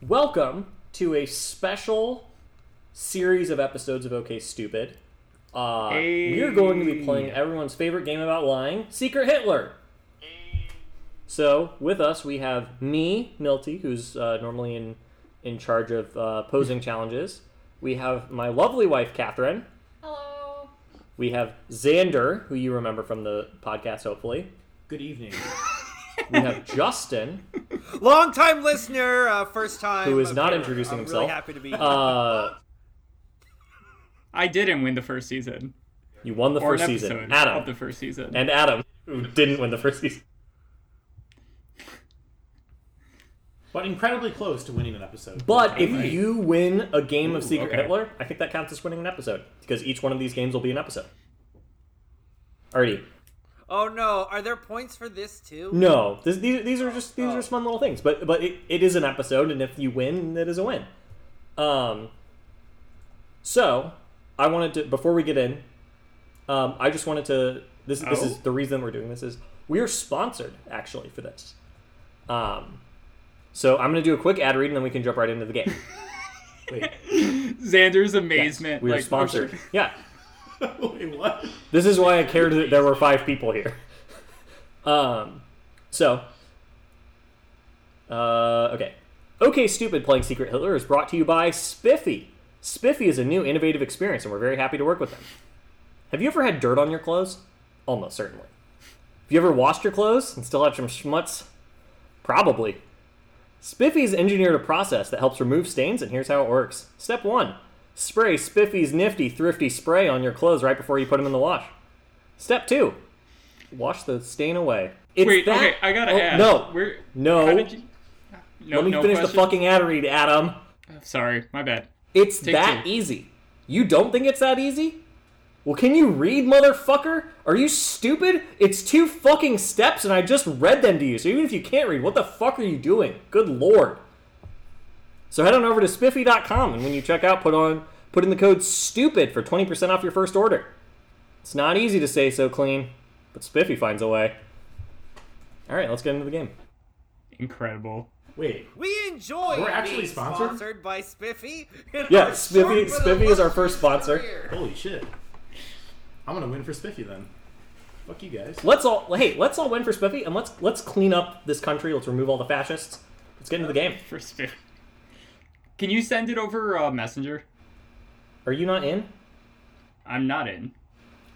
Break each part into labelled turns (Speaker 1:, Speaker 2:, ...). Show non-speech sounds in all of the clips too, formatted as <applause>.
Speaker 1: Welcome to a special series of episodes of OK Stupid. Uh, We are going to be playing everyone's favorite game about lying, Secret Hitler. So, with us, we have me, Nilty, who's uh, normally in, in charge of uh,
Speaker 2: <laughs>
Speaker 1: posing challenges. We have my lovely wife, Catherine.
Speaker 3: Hello.
Speaker 1: We have Xander, who you remember from the podcast, hopefully.
Speaker 4: Good evening.
Speaker 1: We have Justin.
Speaker 5: Long time listener, uh, first time.
Speaker 1: Who is not
Speaker 5: appearer.
Speaker 1: introducing
Speaker 5: I'm
Speaker 1: himself.
Speaker 5: Really happy to be.
Speaker 1: Uh,
Speaker 2: I didn't win the first season.
Speaker 1: you won the
Speaker 2: Or
Speaker 1: first
Speaker 2: an
Speaker 1: season.
Speaker 2: episode
Speaker 1: Adam.
Speaker 2: of the first season.
Speaker 1: and Adam, who didn't win the first season.
Speaker 4: but incredibly close to winning an episode.
Speaker 1: But if you win a game of Secret
Speaker 2: okay.
Speaker 1: Hitler, I think that counts as winning an episode because each one of these games will be an episode. Alrighty.
Speaker 5: oh no, are there points for this too?
Speaker 1: No, this, these, these are just these are just fun little things. But but it, it is an episode, and if you win, it is a win. Um. So I wanted to before we get in, um, I just wanted to this this is
Speaker 2: Oh?
Speaker 1: the reason we're doing this is we are sponsored actually for this. Um. So I'm gonna do a quick ad read, and then we can jump right into the game.
Speaker 2: Xander's amazement.
Speaker 1: We are
Speaker 2: like,
Speaker 1: sponsored. Yeah.
Speaker 4: Wait, what?
Speaker 1: This is why I cared that there were five people here. Um, so, uh, okay. Okay, Stupid Playing Secret Hitler is brought to you by Spiffy. Spiffy is a new innovative experience, and we're very happy to work with them. Have you ever had dirt on your clothes? Almost certainly. Have you ever washed your clothes and still had some schmutz? Probably. Spiffy's engineered a process that helps remove stains, and here's how it works. Step 1 Spray Spiffy's nifty, thrifty spray on your clothes right before you put them in the wash. Step 2 Wash the stain away. It's
Speaker 2: Wait,
Speaker 1: that-
Speaker 2: okay, I gotta
Speaker 1: Oh,
Speaker 2: add.
Speaker 1: No,
Speaker 2: We're,
Speaker 1: No.
Speaker 2: How did you, no
Speaker 1: let me
Speaker 2: no
Speaker 1: finish the
Speaker 2: question? Oh,
Speaker 1: fucking ad read, Adam.
Speaker 2: Sorry, my bad.
Speaker 1: It's
Speaker 2: Take
Speaker 1: that
Speaker 2: two.
Speaker 1: easy. You don't think it's that easy? Well, can you read, motherfucker? Are you stupid? It's two fucking steps and I just read them to you. So even if you can't read, what the fuck are you doing? Good lord. So head on over to spiffy.com and when you check out, put on put in the code STUPID for 20% off your first order. It's not easy to say so clean, but Spiffy finds a way. All right, let's get into the game.
Speaker 2: Incredible.
Speaker 4: Wait.
Speaker 5: We enjoy.
Speaker 4: We're actually
Speaker 5: being
Speaker 4: sponsored?
Speaker 5: by Spiffy.
Speaker 1: Yeah,
Speaker 5: We're
Speaker 1: Spiffy-
Speaker 5: short for the
Speaker 1: Spiffy is our first sponsor.
Speaker 5: luxury career.
Speaker 4: Holy shit. I'm gonna win for Spiffy then. Fuck you guys.
Speaker 1: Let's all hey, let's all win for Spiffy and let's let's clean up this country. Let's remove all the fascists. Let's get into the game.
Speaker 2: For spiff. Can you send it over uh, Messenger?
Speaker 1: Are you not in?
Speaker 2: I'm not in.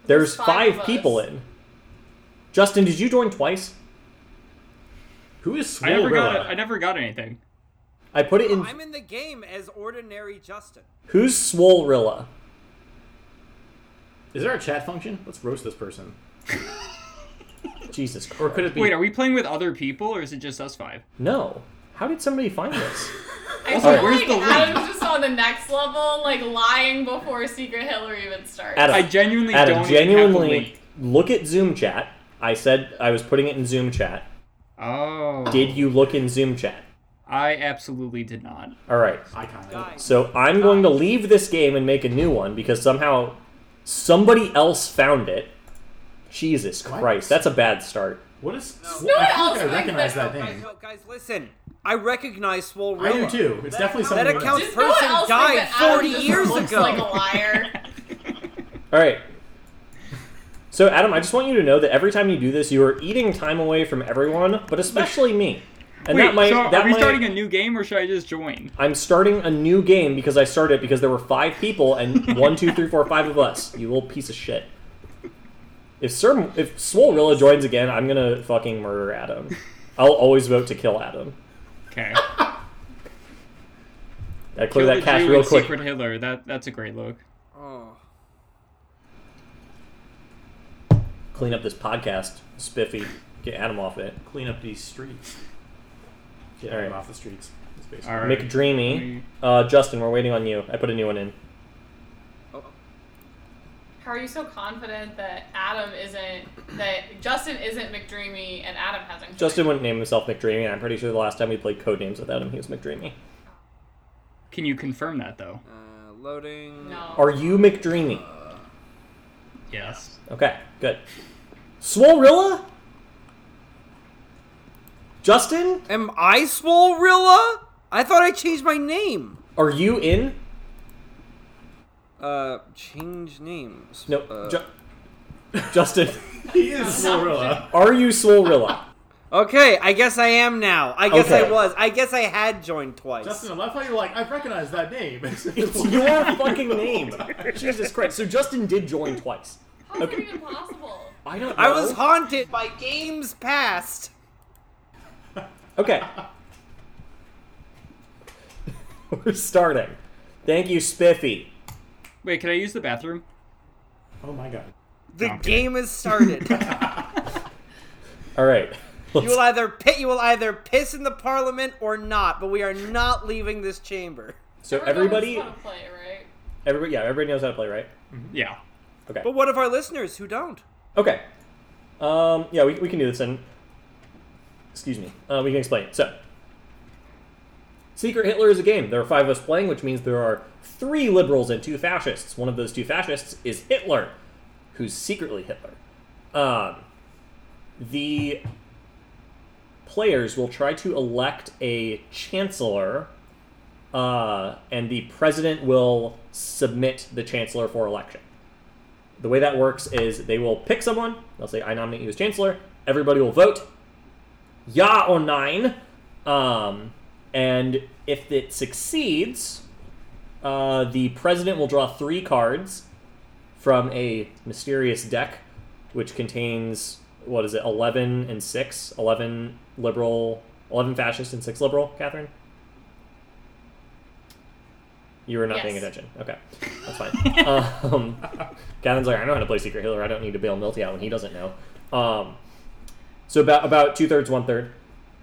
Speaker 1: There's
Speaker 3: five
Speaker 1: five,
Speaker 3: of us.
Speaker 1: people in. Justin, did you join twice?
Speaker 4: Who is
Speaker 2: I never got.
Speaker 4: Swolrilla?
Speaker 2: I never got anything.
Speaker 1: I put it in.
Speaker 5: I'm in the game as ordinary Justin.
Speaker 1: Who's Swolrilla?
Speaker 4: Is there a chat function? Let's roast this person.
Speaker 1: <laughs> Jesus Christ.
Speaker 4: Or could it be?
Speaker 2: Wait, are we playing with other people or is it just us five?
Speaker 1: No. How did somebody find this?
Speaker 3: I
Speaker 2: Also,
Speaker 3: feel
Speaker 2: where's
Speaker 3: like
Speaker 2: the link?
Speaker 3: Adam's just on the next level, like lying before Secret Hitler even starts.
Speaker 1: Adam,
Speaker 2: <laughs> I genuinely
Speaker 1: Adam,
Speaker 2: don't
Speaker 1: genuinely
Speaker 2: Have the link.
Speaker 1: look at Zoom chat. I said I was putting it in Zoom chat.
Speaker 2: Oh.
Speaker 1: Did you look in Zoom chat?
Speaker 2: I absolutely did not.
Speaker 1: <laughs> All right.
Speaker 4: I kind of.
Speaker 5: Guys,
Speaker 1: So I'm going to leave this game and make a new one because somehow somebody else found it. Jesus Christ, that's a bad start.
Speaker 4: What is? Sw-
Speaker 3: one
Speaker 4: I
Speaker 3: else
Speaker 4: feel like I
Speaker 3: thinks
Speaker 4: recognize
Speaker 3: that.
Speaker 4: that name.
Speaker 5: no, guys, listen. I recognize Swolrilla.
Speaker 4: I do too. It's definitely something.
Speaker 5: That
Speaker 4: we-
Speaker 5: accounts-
Speaker 3: Does no one
Speaker 5: person
Speaker 3: else think
Speaker 5: died
Speaker 3: that Adam
Speaker 5: 40
Speaker 3: just
Speaker 5: years
Speaker 3: looks
Speaker 5: ago.
Speaker 3: Like a liar.
Speaker 1: All right. So Adam, I just want you to know that every time you do this, you are eating time away from everyone, but especially me. And
Speaker 2: Wait,
Speaker 1: that might
Speaker 2: so
Speaker 1: that
Speaker 2: are we
Speaker 1: might,
Speaker 2: starting a new game or should I just join?
Speaker 1: I'm starting a new game because I started because there were five people
Speaker 2: <laughs>
Speaker 1: and one, two, three, four, five of us. You little piece of shit. If Sir, if Swolrilla joins again, I'm gonna fucking murder Adam. I'll always vote to kill Adam.
Speaker 2: <laughs> Okay.
Speaker 1: I clear
Speaker 2: Kill
Speaker 1: that
Speaker 2: the
Speaker 1: cache
Speaker 2: Jew
Speaker 1: real
Speaker 2: and
Speaker 1: quick.
Speaker 2: Secret Hitler. That that's a great look.
Speaker 5: Oh.
Speaker 1: Clean up this podcast, Spiffy. Get Adam off it.
Speaker 4: clean up these streets. Get
Speaker 1: All
Speaker 4: him
Speaker 1: right.
Speaker 4: off the streets. That's basically-
Speaker 2: All right.
Speaker 1: McDreamy,
Speaker 2: Mm-hmm.
Speaker 1: uh, Justin, we're waiting on you. I put a new one in.
Speaker 5: oh.
Speaker 3: How are you so confident that Adam isn't that Justin isn't McDreamy and Adam hasn't? joined?
Speaker 1: Justin wouldn't name himself McDreamy, and I'm pretty sure the last time we played Codenames without him, he was McDreamy.
Speaker 2: Can you confirm that though?
Speaker 5: Uh, loading.
Speaker 3: No.
Speaker 1: Are you McDreamy?
Speaker 2: Yes.
Speaker 1: Okay, good. Swolrilla? Justin?
Speaker 5: Am I Swolrilla? I thought I changed my name.
Speaker 1: Are you in?
Speaker 5: Uh, change names.
Speaker 1: No,
Speaker 5: Uh,
Speaker 1: Ju- Justin.
Speaker 4: He is Zorilla.
Speaker 1: Are you Swolrilla?
Speaker 5: okay, I guess I am now. I guess
Speaker 1: Okay.
Speaker 5: I was. I guess I had joined twice.
Speaker 4: Justin, I love how you're like, I recognize that
Speaker 5: <laughs>
Speaker 4: name. <laughs>
Speaker 1: It's your fucking name. Jesus Christ. So Justin did join twice.
Speaker 3: How's that
Speaker 1: Okay.
Speaker 3: even possible?
Speaker 1: I don't.
Speaker 5: I
Speaker 1: know.
Speaker 5: was haunted by games past.
Speaker 1: Okay. <laughs> We're starting. Thank you, Spiffy.
Speaker 2: Wait, can I use the bathroom?
Speaker 4: Oh my god.
Speaker 5: The
Speaker 2: Okay.
Speaker 5: game
Speaker 2: <laughs>
Speaker 5: has started.
Speaker 1: All right. <laughs>
Speaker 5: you will either pit. You will either piss in the parliament or not. But we are not leaving this chamber.
Speaker 1: So
Speaker 3: Everyone knows
Speaker 1: everybody,
Speaker 3: how to play, right?
Speaker 1: everybody, yeah, everybody knows how to play, right?
Speaker 2: Yeah.
Speaker 1: Okay.
Speaker 5: But what of our listeners who don't?
Speaker 1: Okay. Um, yeah, we, we can do this and excuse me. Uh, we can explain. it. So Secret Hitler is a game. There are five of us playing, which means there are three liberals and two fascists. One of those two fascists is Hitler, who's secretly Hitler. Um, the players will try to elect a chancellor, uh, and the president will submit the chancellor for election the way that works is they will pick someone. They'll say, "I nominate you as chancellor." Everybody will vote, yeah or nine, um, and if it succeeds, uh, the president will draw three cards from a mysterious deck, which contains what is it, eleven and six, eleven liberal, eleven fascist, and six liberal. Catherine, you were not paying
Speaker 3: Yes.
Speaker 1: attention. Okay, that's fine. um, Catherine's like, I know how to play Secret Hitler. I don't need to bail Milty out when he doesn't know. Um, so about about two thirds, one third.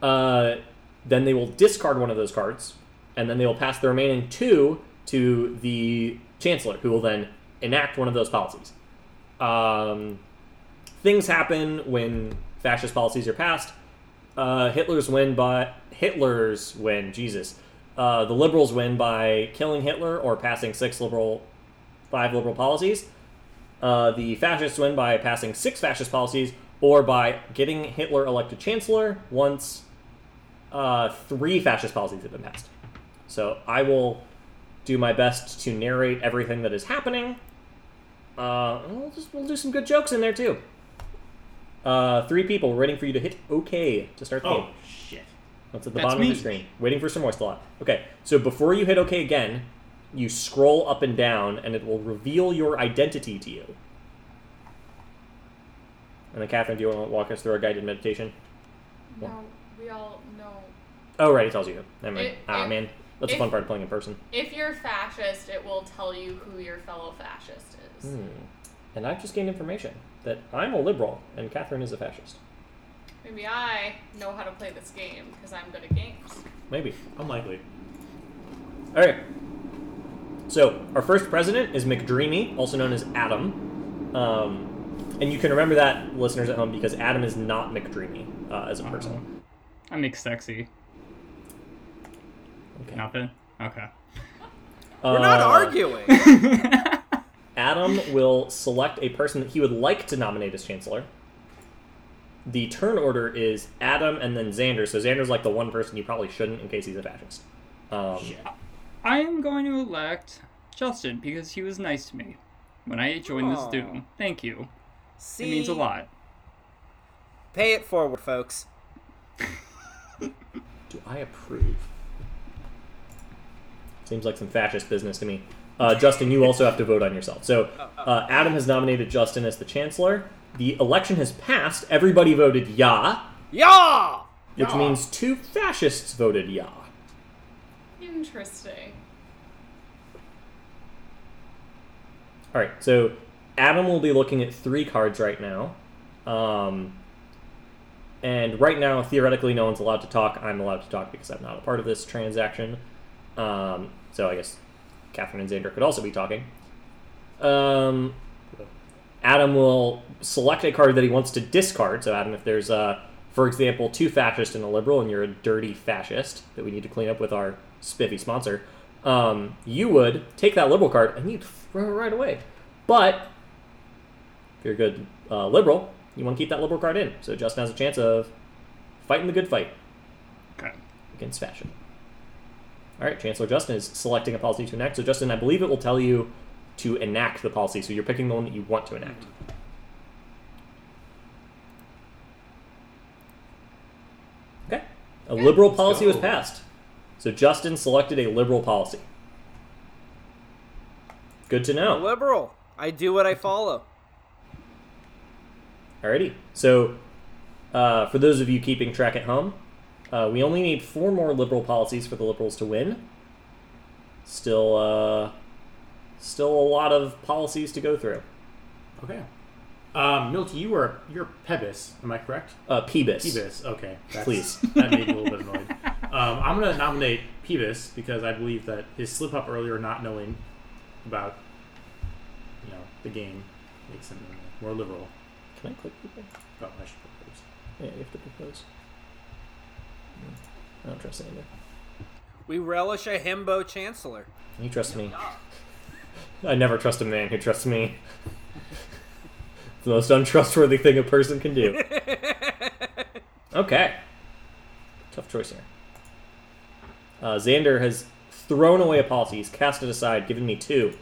Speaker 1: Uh, then they will discard one of those cards, and then they will pass the remaining two to the chancellor, who will then enact one of those policies. Um, things happen when fascist policies are passed. Uh, Hitler's win by Hitler's win. Jesus, uh, the liberals win by killing Hitler or passing six liberal, five liberal policies. Uh, the fascists win by passing six fascist policies or by getting Hitler elected chancellor once uh, three fascist policies have been passed. So I will do my best to narrate everything that is happening. Uh, and we'll just we'll do some good jokes in there too. Uh, three people waiting for you to hit OK to start the game.
Speaker 4: Oh shit.
Speaker 1: That's at the
Speaker 2: That's
Speaker 1: bottom
Speaker 2: me.
Speaker 1: of the screen, waiting for some voice to lock. Okay, so before you hit OK again, you scroll up and down, and it will reveal your identity to you. And then, Catherine, do you want to walk us through our guided meditation?
Speaker 3: No, we all know.
Speaker 1: Oh, right, it tells you. Never mind.
Speaker 3: It-
Speaker 1: ah,
Speaker 3: it-
Speaker 1: man, that's the
Speaker 3: it-
Speaker 1: fun part of playing in person.
Speaker 3: If you're fascist, it will tell you who your fellow fascist is.
Speaker 1: Hmm. And I've just gained information that I'm a liberal and Catherine is a fascist.
Speaker 3: Maybe I know how to play this game because I'm good at games.
Speaker 1: Maybe.
Speaker 4: Unlikely.
Speaker 1: All right. So our first president is McDreamy, also known as Adam, um, and you can remember that, listeners at home, because Adam is not McDreamy uh, as a
Speaker 5: Mm-hmm.
Speaker 1: person.
Speaker 2: I'm McSexy.
Speaker 1: Okay.
Speaker 2: Nothing? Okay.
Speaker 5: We're not
Speaker 1: Uh,
Speaker 2: <laughs>
Speaker 5: arguing.
Speaker 1: Adam will select a person that he would like to nominate as chancellor. The turn order is Adam and then Xander. So Xander's like the one person you probably shouldn't, in case he's a fascist. Um,
Speaker 2: I am going to elect Justin because he was nice to me when I joined this
Speaker 5: Aw.
Speaker 2: doom. Thank you.
Speaker 5: See,
Speaker 2: It means a lot.
Speaker 5: Pay it forward, folks.
Speaker 1: Do I approve? Seems like some fascist business to me. Uh, Justin, you also have to vote on yourself. So, uh, Adam has nominated Justin as the chancellor. The election has passed. Everybody voted yeah,
Speaker 5: Yeah.
Speaker 1: which
Speaker 4: Yeah.
Speaker 1: means two fascists voted yeah.
Speaker 3: Interesting.
Speaker 1: All right, so Adam will be looking at three cards right now. Um, and right now, theoretically, no one's allowed to talk. I'm allowed to talk because I'm not a part of this transaction. Um, so I guess Catherine and Xander could also be talking. Um, Adam will select a card that he wants to discard. So, Adam, if there's, uh, for example, two fascist and a liberal, and you're a dirty fascist that we need to clean up with our spiffy sponsor, um, you would take that liberal card and you'd throw it right away. But if you're a good uh, liberal, you want to keep that liberal card in. So Justin has a chance of fighting the good fight
Speaker 2: Okay.
Speaker 1: against fascism. All right, Chancellor Justin is selecting a policy to enact. So, Justin, I believe it will tell you to enact the policy. So, you're picking the one that you want to enact. Okay. A liberal policy was
Speaker 4: go.
Speaker 1: passed. So, Justin selected a liberal policy. Good to know.
Speaker 5: Liberal. I do what I follow.
Speaker 1: Alrighty. So, uh, for those of you keeping track at home, uh, we only need four more liberal policies for the liberals to win. Still, uh, still a lot of policies to go through.
Speaker 4: Okay. Um, Milt, you are you're Pebis, am I correct?
Speaker 1: Uh, Peebus.
Speaker 4: Pebis. Okay. That's,
Speaker 1: Please.
Speaker 4: That made me a little bit annoyed. Um, I'm gonna nominate Pebis because I believe that his slip up earlier, not knowing about you know the game, makes him more liberal.
Speaker 1: Can I click people?
Speaker 4: Oh, I should put those.
Speaker 1: Yeah, you have to propose. I don't trust Andrew.
Speaker 5: We relish a himbo chancellor.
Speaker 1: You trust me. I never trust a man who trusts me. it's the most untrustworthy thing a person can
Speaker 2: <laughs>
Speaker 1: do. okay. Tough choice here. Uh, Xander has thrown away a policy. He's cast it aside, given me two.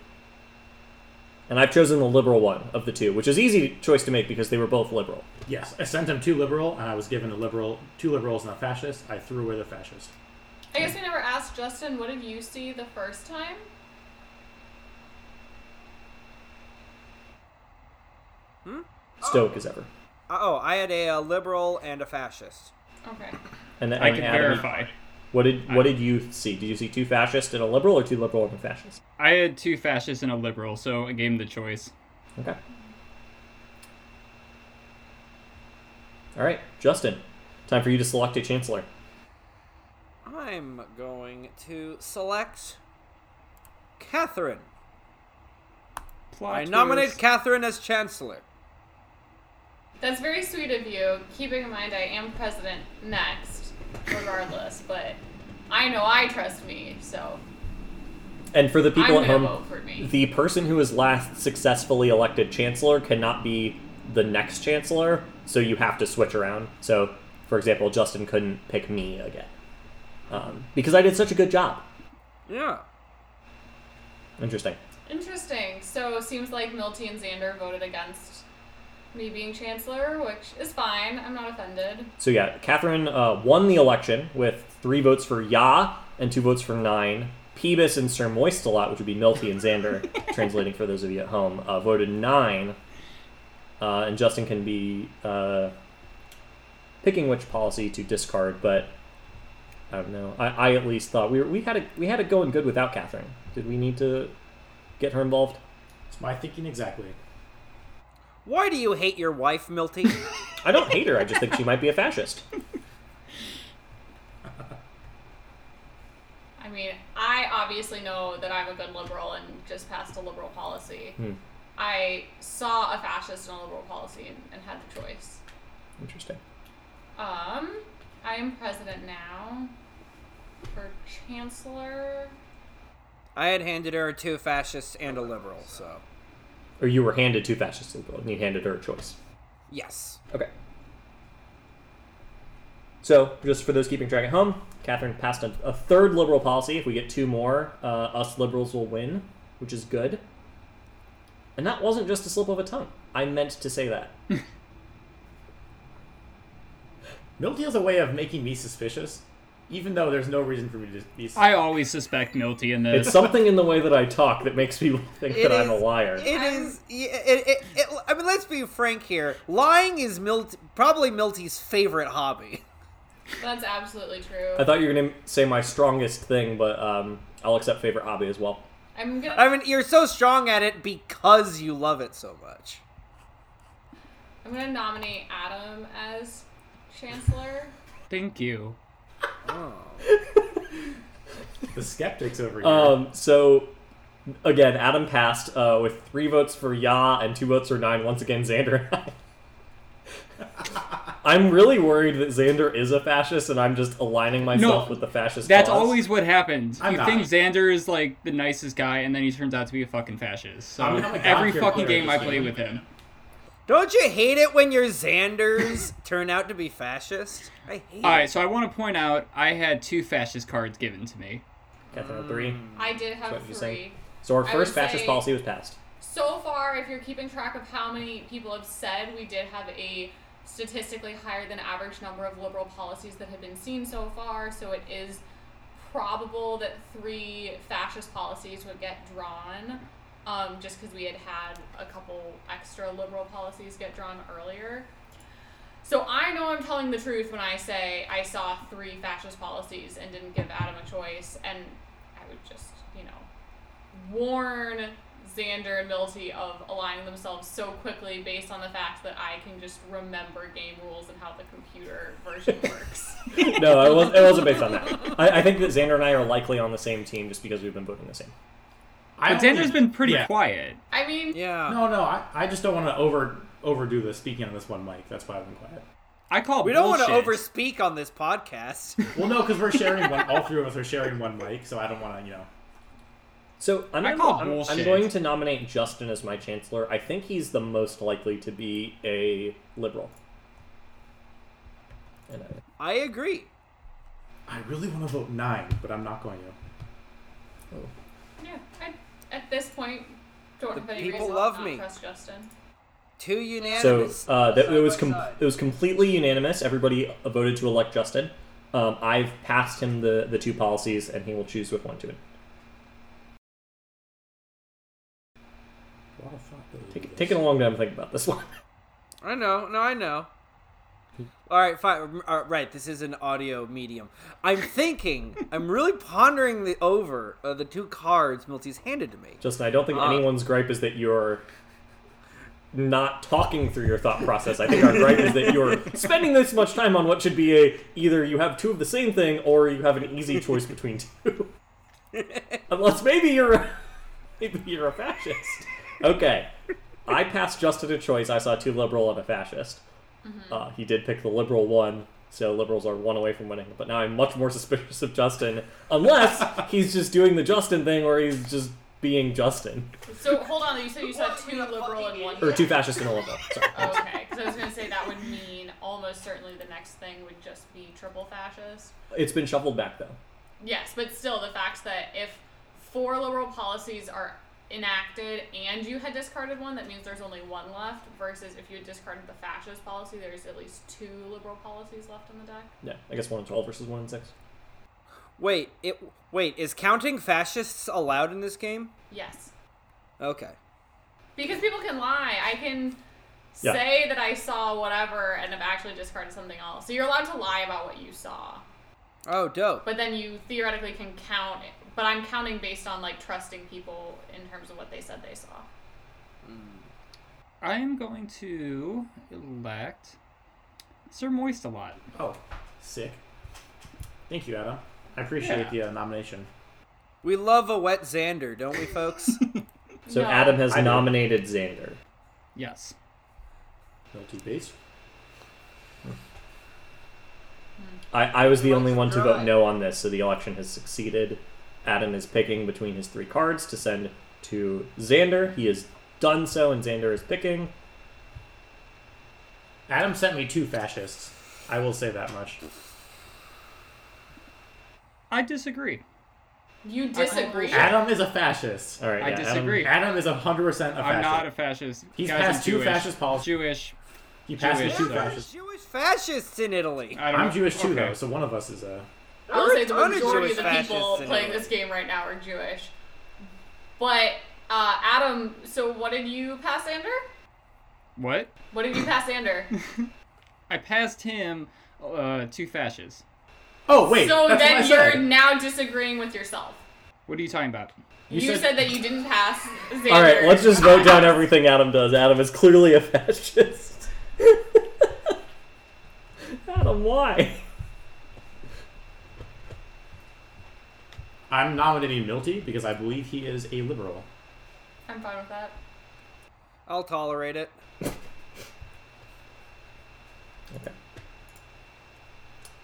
Speaker 1: And I've chosen the liberal one of the two, which is easy choice to make because they were both liberal.
Speaker 4: Yes, I sent him two liberal, and I was given a liberal, two liberals and a fascist. I threw away the fascist.
Speaker 3: I guess I never asked Justin, what did you see the first time?
Speaker 1: Stoic as ever.
Speaker 5: Oh, I had a, uh liberal and a fascist.
Speaker 3: Okay.
Speaker 1: And then
Speaker 2: I
Speaker 1: and
Speaker 2: can
Speaker 1: Adam,
Speaker 2: verify.
Speaker 1: What did what did you see? Did you see two fascists and a liberal, or two liberal and a fascist?
Speaker 2: I had two fascists and a liberal, so I gave him the choice.
Speaker 1: Okay. All right, Justin, time for you to select a chancellor.
Speaker 5: I'm going to select Catherine.
Speaker 2: Plot
Speaker 5: I
Speaker 2: twist.
Speaker 5: nominate Catherine as chancellor.
Speaker 3: That's very sweet of you, keeping in mind I am president next, regardless, but I know I trust me, so
Speaker 1: And for the people
Speaker 3: I'm
Speaker 1: at
Speaker 3: gonna
Speaker 1: home,
Speaker 3: vote for me.
Speaker 1: the person who is last successfully elected chancellor cannot be the next chancellor, so you have to switch around. So, for example, Justin couldn't pick me again um, because I did such a good job.
Speaker 5: Yeah.
Speaker 1: Interesting.
Speaker 3: Interesting. So seems like Milty and Xander voted against me being chancellor, which is fine. I'm not offended.
Speaker 1: So yeah, Catherine uh, won the election with three votes for Ya and two votes for Nine. Peebus and Sir Moistelot, which would be Milty and Xander, translating for those of you at home, uh, voted nine. Uh, and Justin can be uh, picking which policy to discard, but I don't know. I, I at least thought we were, we had it we had it going good without Catherine. Did we need to get her involved?
Speaker 4: It's my thinking exactly.
Speaker 5: Why do you hate your wife, Milty? <laughs>
Speaker 1: I don't hate her. I just think she might be a fascist.
Speaker 3: I mean, I obviously know that I'm a good liberal and just passed a liberal policy. I saw a fascist and a liberal policy and, and had the choice.
Speaker 1: Interesting.
Speaker 3: Um, I am president now for chancellor.
Speaker 5: I had handed her two fascists and a liberal, so.
Speaker 1: Or you were handed two fascists, and you handed her a choice.
Speaker 5: Yes.
Speaker 1: Okay. So, just for those keeping track at home, Catherine passed a, a third liberal policy. If we get two more, uh, us liberals will win, which is good. And that wasn't just a slip of a tongue. I meant to say that.
Speaker 4: Milty has a way of making me suspicious, even though there's no reason for me to be.
Speaker 2: I always suspect Milty in
Speaker 1: It's
Speaker 2: this.
Speaker 1: something in the way that I talk that makes people <laughs> think
Speaker 5: It
Speaker 1: that I'm a
Speaker 5: is-
Speaker 1: liar.
Speaker 5: It is. It, it, it, I mean, let's be frank here. Lying is Milt, probably Milty's favorite hobby.
Speaker 3: That's absolutely true.
Speaker 1: I thought you were going to say my strongest thing, but um, I'll accept favorite hobby as well.
Speaker 3: I'm gonna.
Speaker 5: I mean, you're so strong at it because you love it so much.
Speaker 3: I'm gonna nominate Adam as chancellor.
Speaker 2: Thank you.
Speaker 5: Oh.
Speaker 4: the skeptics over here.
Speaker 2: Uh,
Speaker 1: Um, so again, Adam passed uh, with three votes for Ya and two votes for Nine. Once again, Xander.
Speaker 3: <laughs>
Speaker 1: I'm really worried that Xander is a fascist, and I'm just aligning myself
Speaker 2: No,
Speaker 1: with the fascist.
Speaker 2: That's
Speaker 1: cause.
Speaker 2: always what happens.
Speaker 4: I'm
Speaker 2: you
Speaker 4: not.
Speaker 2: think Xander is like the nicest guy, and then he turns out to be a fucking fascist. So
Speaker 4: I'm not a
Speaker 2: every
Speaker 4: God-tier
Speaker 2: fucking
Speaker 4: player,
Speaker 2: game I
Speaker 4: just
Speaker 2: play with
Speaker 4: like-
Speaker 2: him.
Speaker 5: Don't you hate it when your Xanders turn out to be fascist? I hate
Speaker 2: All
Speaker 5: it.
Speaker 2: right, so I want to point out I had two fascist cards given to me.
Speaker 1: Catherine had three.
Speaker 3: I did have
Speaker 1: That's what you said.
Speaker 3: three.
Speaker 1: So our
Speaker 3: I
Speaker 1: first
Speaker 3: would
Speaker 1: fascist
Speaker 3: say-
Speaker 1: policy was passed.
Speaker 3: So far, if you're keeping track of how many people have said, we did have a statistically higher than average number of liberal policies that have been seen so far. So it is probable that three fascist policies would get drawn, um, just because we had had a couple extra liberal policies get drawn earlier. So I know I'm telling the truth when I say I saw three fascist policies and didn't give Adam a choice, and I would just, you know, warn Xander and Milty of aligning themselves so quickly based on the fact that I can just remember game rules and how the computer
Speaker 5: <laughs>
Speaker 3: version works.
Speaker 1: no, it, was, it wasn't based on
Speaker 3: <laughs>
Speaker 1: that. I, I think that Xander and I are likely on the same team just because we've been voting the same.
Speaker 4: I
Speaker 2: But Xander's been pretty
Speaker 4: Yeah.
Speaker 2: quiet.
Speaker 3: I mean,
Speaker 5: Yeah.
Speaker 4: No, no, I, I just don't want to over overdo the speaking on this one mic. That's why I've been quiet.
Speaker 2: I call
Speaker 5: We don't want
Speaker 2: bullshit.
Speaker 5: to overspeak on this podcast.
Speaker 4: Well, no, because we're sharing one. All three of us are sharing one mic, so I don't want to, you know.
Speaker 1: So I'm,
Speaker 2: I
Speaker 1: gonna-
Speaker 2: call
Speaker 1: I'm, I'm
Speaker 2: bullshit.
Speaker 1: going to nominate Justin as my chancellor. I think he's the most likely to be a liberal. And I-
Speaker 5: I agree.
Speaker 4: I really want to vote nine, but I'm not going to.
Speaker 1: oh.
Speaker 3: yeah, I, at this point, don't
Speaker 5: The
Speaker 3: have any
Speaker 5: people
Speaker 3: reason
Speaker 5: love
Speaker 3: to not
Speaker 5: me.
Speaker 3: trust Justin.
Speaker 5: Two
Speaker 1: so
Speaker 5: unanimous.
Speaker 1: uh, that, it
Speaker 5: side
Speaker 1: was
Speaker 5: by
Speaker 1: com-
Speaker 5: side.
Speaker 1: it was completely unanimous. Everybody voted to elect Justin. Um, I've passed him the, the two policies, and he will choose which one to
Speaker 4: What the fuck? did we do
Speaker 1: take
Speaker 4: this?
Speaker 1: taking a long time to think about this one.
Speaker 5: I know. No, I know. All right, fine. All right, this is an audio medium. I'm thinking.
Speaker 1: <laughs>
Speaker 5: I'm really pondering the over uh, the two cards Milty's handed to me.
Speaker 1: Justin, I don't think
Speaker 5: Uh.
Speaker 1: anyone's gripe is that you're not talking through your thought process. I think our gripe is that you're spending this much time on what should be a either you have two of the same thing or you have an easy choice between two. <laughs> Unless maybe you're a- <laughs> maybe you're a fascist. Okay. I passed Justin a choice. I saw two liberal and a fascist. Uh, he did pick the liberal one, so liberals are one away from winning. But now I'm much more <laughs> suspicious of Justin, unless he's just doing the Justin thing, or he's just being Justin,
Speaker 3: So hold on, you said you saw two liberal and one.
Speaker 1: or two fascists in a limbo. Sorry.
Speaker 3: Okay, because I was gonna say that would mean almost certainly the next thing would just be triple fascist.
Speaker 1: It's been shuffled back though.
Speaker 3: Yes, but still, the fact that if four liberal policies are enacted and you had discarded one, that means there's only one left. Versus if you had discarded the fascist policy, there's at least two liberal policies left in the deck.
Speaker 1: Yeah, I guess one in twelve versus one in six.
Speaker 5: Wait, it. Wait, is counting fascists allowed in this game?
Speaker 3: Yes,
Speaker 5: Okay.
Speaker 3: because people can lie. I can
Speaker 1: Yeah.
Speaker 3: say that I saw whatever and have actually discarded something else. So you're allowed to lie about what you saw.
Speaker 5: Oh, dope.
Speaker 3: But then you theoretically can count. But I'm counting based on like trusting people in terms of what they said they saw.
Speaker 2: I am going to elect Sir Moist a lot.
Speaker 4: Oh, sick. Thank you, Adam. I appreciate
Speaker 2: Yeah.
Speaker 4: the uh, nomination.
Speaker 5: We love a wet Xander, don't
Speaker 1: <laughs>
Speaker 5: we, folks?
Speaker 1: So
Speaker 3: No.
Speaker 1: Adam has
Speaker 4: I know.
Speaker 1: nominated Xander.
Speaker 2: Yes.
Speaker 4: Guilty base.
Speaker 1: I, I was the only one to vote
Speaker 5: Right.
Speaker 1: no on this, so the election has succeeded. Adam is picking between his three cards to send to Xander. He has done so, and Xander is picking.
Speaker 4: Adam sent me two fascists. I will say that much.
Speaker 2: I disagree.
Speaker 3: You disagree.
Speaker 4: Adam is a fascist.
Speaker 1: All right,
Speaker 2: I
Speaker 1: yeah, Adam-
Speaker 2: disagree.
Speaker 4: Adam is 100% a fascist.
Speaker 2: I'm not a fascist.
Speaker 4: He's
Speaker 2: Guys,
Speaker 4: passed
Speaker 2: I'm
Speaker 4: two
Speaker 2: Jewish.
Speaker 4: fascist policies.
Speaker 2: Jewish.
Speaker 4: He passed me
Speaker 2: Jewish,
Speaker 4: two
Speaker 2: though.
Speaker 4: fascists.
Speaker 5: Jewish fascists in Italy.
Speaker 2: I don't
Speaker 4: I'm
Speaker 2: know.
Speaker 4: Jewish too,
Speaker 2: Okay.
Speaker 4: though, so one of us is a.
Speaker 3: I would say the
Speaker 5: There are a ton of
Speaker 3: majority
Speaker 5: Jewish
Speaker 3: of the people
Speaker 5: fascists in
Speaker 3: playing
Speaker 5: LA.
Speaker 3: this game right now are Jewish. But uh, Adam, so what did you pass Ander?
Speaker 2: What?
Speaker 3: What
Speaker 4: <coughs>
Speaker 3: did you pass Ander?
Speaker 2: I passed him uh, two fascists.
Speaker 4: Oh wait,
Speaker 3: so
Speaker 4: that's
Speaker 3: then
Speaker 4: what I
Speaker 3: you're
Speaker 4: said.
Speaker 3: now disagreeing with yourself.
Speaker 2: What are you talking about?
Speaker 3: You,
Speaker 4: said-
Speaker 3: said, that you didn't
Speaker 4: <laughs>
Speaker 3: pass. Xander.
Speaker 1: All right, let's just vote down everything Adam does. Adam is clearly a <laughs> fascist. Adam, why?
Speaker 4: I'm nominating Milty because I believe he is a liberal.
Speaker 3: I'm fine with that.
Speaker 5: I'll tolerate it.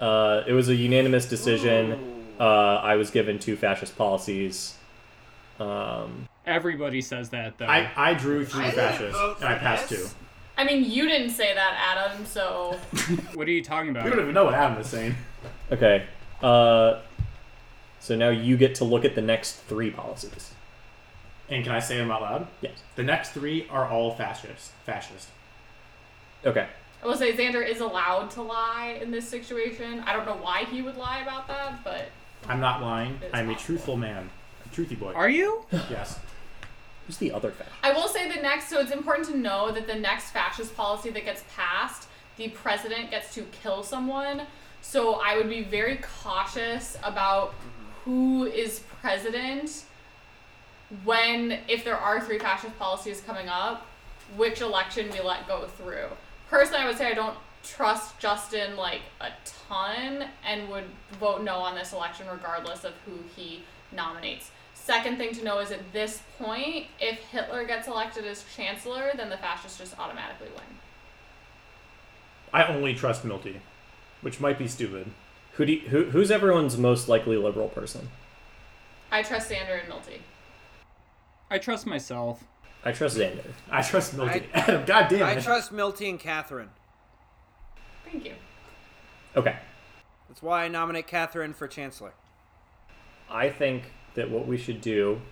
Speaker 1: Uh, it was a unanimous decision. Uh, I was given two fascist policies. Um,
Speaker 2: Everybody says that though.
Speaker 4: I, I drew three
Speaker 5: I didn't
Speaker 4: fascists
Speaker 5: vote
Speaker 4: and I
Speaker 5: for
Speaker 4: passed
Speaker 5: this.
Speaker 4: two.
Speaker 3: I mean, you didn't say that, Adam. So
Speaker 2: What are you talking about?
Speaker 4: We don't even know what Adam is saying.
Speaker 1: okay. Uh, So now you get to look at the next three policies.
Speaker 4: And can I say them out loud?
Speaker 1: Yes.
Speaker 4: The next three are all fascist. Fascist.
Speaker 1: Okay.
Speaker 3: I will say Xander is allowed to lie in this situation. I don't know why he would lie about that, but
Speaker 4: I'm not lying.
Speaker 3: It's
Speaker 4: I'm a
Speaker 3: possible.
Speaker 4: truthful man. A truthy boy.
Speaker 2: Are you?
Speaker 4: yes.
Speaker 1: Who's the other fascist?
Speaker 3: I will say the next. So it's important to know that the next fascist policy that gets passed, the president gets to kill someone. So I would be very cautious about who is president when, if there are three fascist policies coming up, which election we let go through. Personally, I would say I don't trust Justin like a ton and would vote no on this election regardless of who he nominates. Second thing to know is at this point, if Hitler gets elected as chancellor, then the fascists just automatically win.
Speaker 4: I only trust Milty, which might be stupid.
Speaker 1: Who do you, who, who's everyone's most likely liberal person?
Speaker 3: I trust Sander and Milty.
Speaker 2: I trust myself.
Speaker 1: I trust Xander.
Speaker 4: I trust Milty. Adam, <laughs> God damn
Speaker 5: I
Speaker 4: it.
Speaker 5: trust Milty and Catherine.
Speaker 3: Thank you.
Speaker 1: Okay.
Speaker 5: That's why I nominate Catherine for chancellor.
Speaker 1: I think that what we should do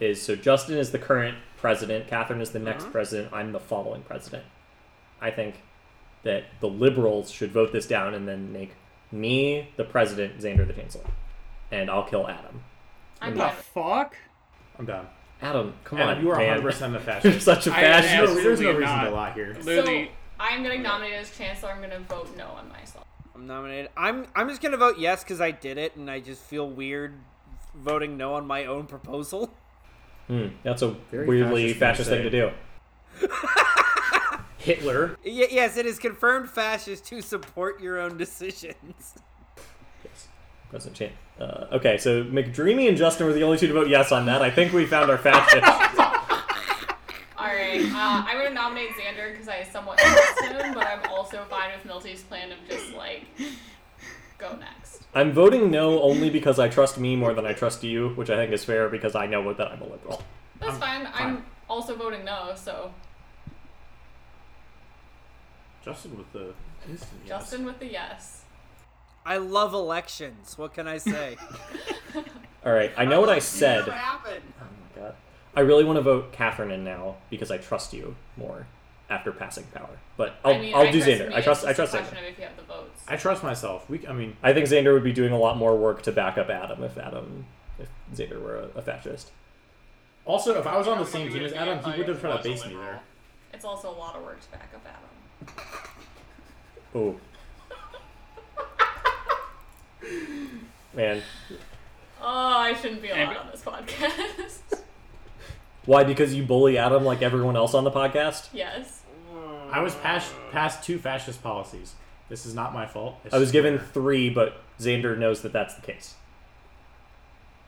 Speaker 1: is so Justin is the current president, Catherine is the next president, I'm the following president. I think that the liberals should vote this down and then make me the president, Xander the chancellor, and I'll kill Adam.
Speaker 3: I'm
Speaker 2: The
Speaker 3: glad.
Speaker 2: fuck?
Speaker 4: I'm done.
Speaker 1: Adam, come
Speaker 4: Adam,
Speaker 1: on,
Speaker 4: you are
Speaker 1: man.
Speaker 4: <laughs> 100%
Speaker 1: <laughs>
Speaker 4: a
Speaker 1: You're
Speaker 4: fascist.
Speaker 1: such a
Speaker 2: I am
Speaker 1: fascist.
Speaker 2: absolutely
Speaker 4: Oh, There's no reason
Speaker 2: not.
Speaker 4: to lie here.
Speaker 2: Literally,
Speaker 3: So I'm getting nominated as chancellor. I'm going to vote no on myself.
Speaker 5: I'm nominated. I'm I'm just gonna vote yes because I did it, and I just feel weird voting no on my own proposal. <laughs>
Speaker 1: Hmm, that's a
Speaker 4: Very
Speaker 1: weirdly fascist
Speaker 4: fascist
Speaker 1: thing
Speaker 4: thing
Speaker 1: to
Speaker 4: to
Speaker 1: do.
Speaker 4: Hitler.
Speaker 5: Y- yes, it is confirmed fascist to support your own decisions.
Speaker 1: President Chan. Uh, okay, so McDreamy and Justin were the only two to vote yes on that. I think we found our fascist.
Speaker 3: All <laughs> right. Uh, I'm going to nominate Xander because I somewhat trust him, but I'm also fine with Milty's plan of just like go next.
Speaker 1: I'm voting no only because I trust me more than I trust you, which I think is fair because I know that I'm a liberal.
Speaker 3: That's fine. I'm
Speaker 4: fine.
Speaker 3: also voting no. So
Speaker 4: Justin with the instant yes.
Speaker 3: Justin with the yes.
Speaker 5: I love elections. What can I say? <laughs>
Speaker 1: All right, I know what I said.
Speaker 5: What happened?
Speaker 1: Oh my God. I really want to vote Catherine in now because I trust you more after passing power. But I'll,
Speaker 3: I mean,
Speaker 1: I'll
Speaker 3: I
Speaker 1: do
Speaker 3: trust
Speaker 1: Xander.
Speaker 3: me,
Speaker 1: I trust.
Speaker 3: it's
Speaker 1: I
Speaker 3: just
Speaker 1: trust
Speaker 3: a
Speaker 1: Xander.
Speaker 3: question of if you have the votes.
Speaker 4: I trust myself. We, I mean,
Speaker 1: I think Xander would be doing a lot more work to back up Adam if Adam, if Xander were a, a fascist.
Speaker 4: also, if I was on the same team as Adam, he would have tried to base me there.
Speaker 3: It's also a lot of work to back up Adam. <laughs>
Speaker 1: Ooh. Man,
Speaker 3: Oh, I shouldn't be allowed
Speaker 2: Ambi-
Speaker 3: on this podcast. <laughs>
Speaker 1: why? Because you bully Adam like everyone else on the podcast.
Speaker 3: yes.
Speaker 4: I was past, past two fascist policies. This is not my fault. It's
Speaker 1: I was
Speaker 4: just
Speaker 1: given
Speaker 4: Hitler.
Speaker 1: three, but Xander knows that that's the case.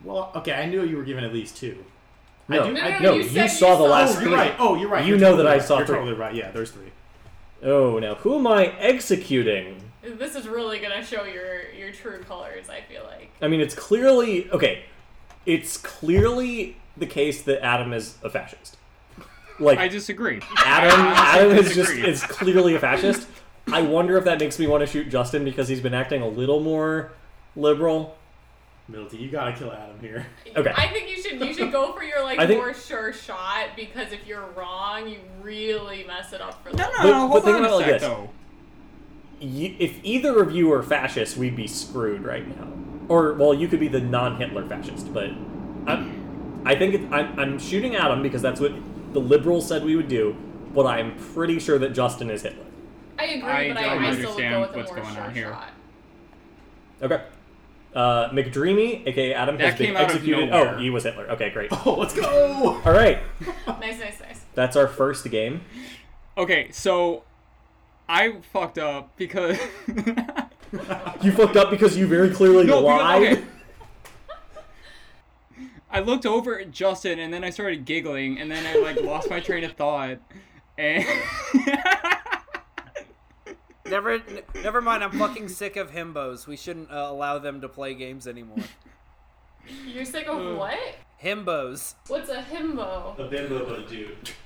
Speaker 4: Well, okay, I knew you were given at least two.
Speaker 1: No,
Speaker 4: I do.
Speaker 3: No,
Speaker 4: I,
Speaker 3: no,
Speaker 1: no,
Speaker 3: you
Speaker 1: you,
Speaker 3: said you
Speaker 1: saw the
Speaker 3: saw-
Speaker 1: last
Speaker 4: oh,
Speaker 1: three.
Speaker 4: you're right. Oh, you're right.
Speaker 1: You
Speaker 4: You're
Speaker 1: know
Speaker 4: totally
Speaker 1: that I
Speaker 4: right.
Speaker 1: saw
Speaker 4: You're
Speaker 1: three.
Speaker 4: totally right. Yeah, there's three.
Speaker 1: Oh, now who am I executing?
Speaker 3: This is really gonna show your your true colors, I feel like.
Speaker 1: I mean, it's clearly okay. It's clearly the case that Adam is a fascist. Like
Speaker 2: I disagree.
Speaker 1: <laughs> Adam,
Speaker 2: <laughs> I
Speaker 1: Adam is just
Speaker 2: disagree.
Speaker 1: is clearly a fascist. I wonder if that makes me want to shoot Justin because he's been acting a little more liberal.
Speaker 4: Milty, you gotta kill Adam here. <laughs>
Speaker 1: Okay.
Speaker 3: I think you should you should go for your like
Speaker 1: <laughs> I think-
Speaker 3: more sure shot because if you're wrong, you really mess it up for
Speaker 2: No,
Speaker 3: them.
Speaker 2: no,
Speaker 1: But- but
Speaker 2: no. Hold
Speaker 1: think
Speaker 2: on a
Speaker 1: about it
Speaker 2: sec,
Speaker 1: like this.
Speaker 2: though.
Speaker 1: Y- if either of you are fascist, we'd be screwed right now. Or well, you could be the non-Hitler fascist, but I'm, I think it, I'm, I'm shooting Adam because that's what the liberals said we would do. But I'm pretty sure that Justin is Hitler.
Speaker 3: I agree,
Speaker 2: I
Speaker 3: but I,
Speaker 2: don't
Speaker 3: I still would go
Speaker 2: understand
Speaker 3: with a
Speaker 2: what's
Speaker 3: more
Speaker 2: going
Speaker 3: sure
Speaker 2: on here.
Speaker 3: shot.
Speaker 1: Okay. Uh, McDreamy, aka Adam,
Speaker 2: That
Speaker 1: has been
Speaker 2: came out of
Speaker 1: executed.
Speaker 2: nowhere.
Speaker 1: oh, he was Hitler. Okay, great.
Speaker 4: Oh, let's go.
Speaker 1: All right,
Speaker 3: Nice, nice, nice.
Speaker 1: that's our first game.
Speaker 2: Okay, so I fucked
Speaker 1: <laughs>
Speaker 2: up because.
Speaker 1: You fucked up because you very clearly
Speaker 2: No, because-
Speaker 1: lied.
Speaker 2: okay. I looked over at Justin and then I started giggling and then I like lost my train of thought and <laughs>
Speaker 5: Never, n- never mind. I'm fucking sick of himbos. We shouldn't uh, allow them to play games anymore.
Speaker 3: You're sick of what?
Speaker 5: Himbos.
Speaker 3: What's a himbo?
Speaker 6: A bimbo but a dude. <laughs>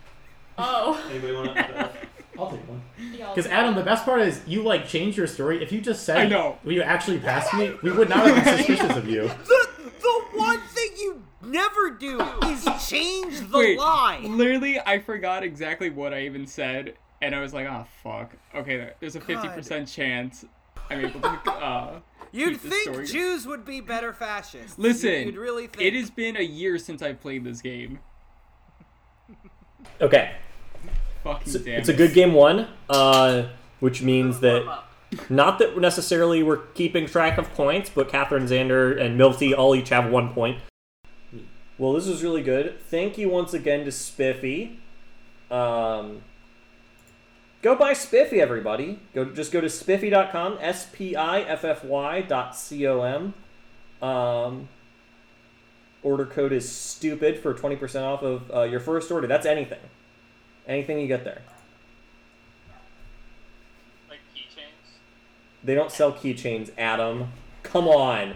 Speaker 3: Oh.
Speaker 6: Anybody want to?
Speaker 4: I'll take one.
Speaker 3: Y'all-
Speaker 4: Because Adam, the best part is you like changed your story. If you just said,
Speaker 2: I know. <laughs>
Speaker 4: "Will you actually pass me?" We would not have been suspicious of you.
Speaker 5: The, never do is change the
Speaker 2: Wait,
Speaker 5: lie.
Speaker 2: Literally, I forgot exactly what I even said, and I was like, "Ah, fuck. Okay, there's a fifty percent chance I'm
Speaker 5: <laughs>
Speaker 2: able to." Uh,
Speaker 5: You'd
Speaker 2: keep this
Speaker 5: think
Speaker 2: story-
Speaker 5: Jews would be better fascists. You-
Speaker 2: Listen,
Speaker 5: you'd really think.
Speaker 2: it has been a year since I played this game.
Speaker 1: Okay,
Speaker 2: Fucking damn.
Speaker 1: it's a
Speaker 2: it.
Speaker 1: good game one, uh, which means that not that necessarily we're keeping track of points, but Catherine Zander and Milty all each have one point. Well, this is really good. Thank you once again to Spiffy. Um, go buy Spiffy, everybody. Go just go to spiffy.com, s p i f f y dot c o m. Um, order code is stupid for twenty percent off of uh, your first order. That's anything, anything you get there.
Speaker 6: Like keychains?
Speaker 1: They don't sell keychains, Adam. Come on.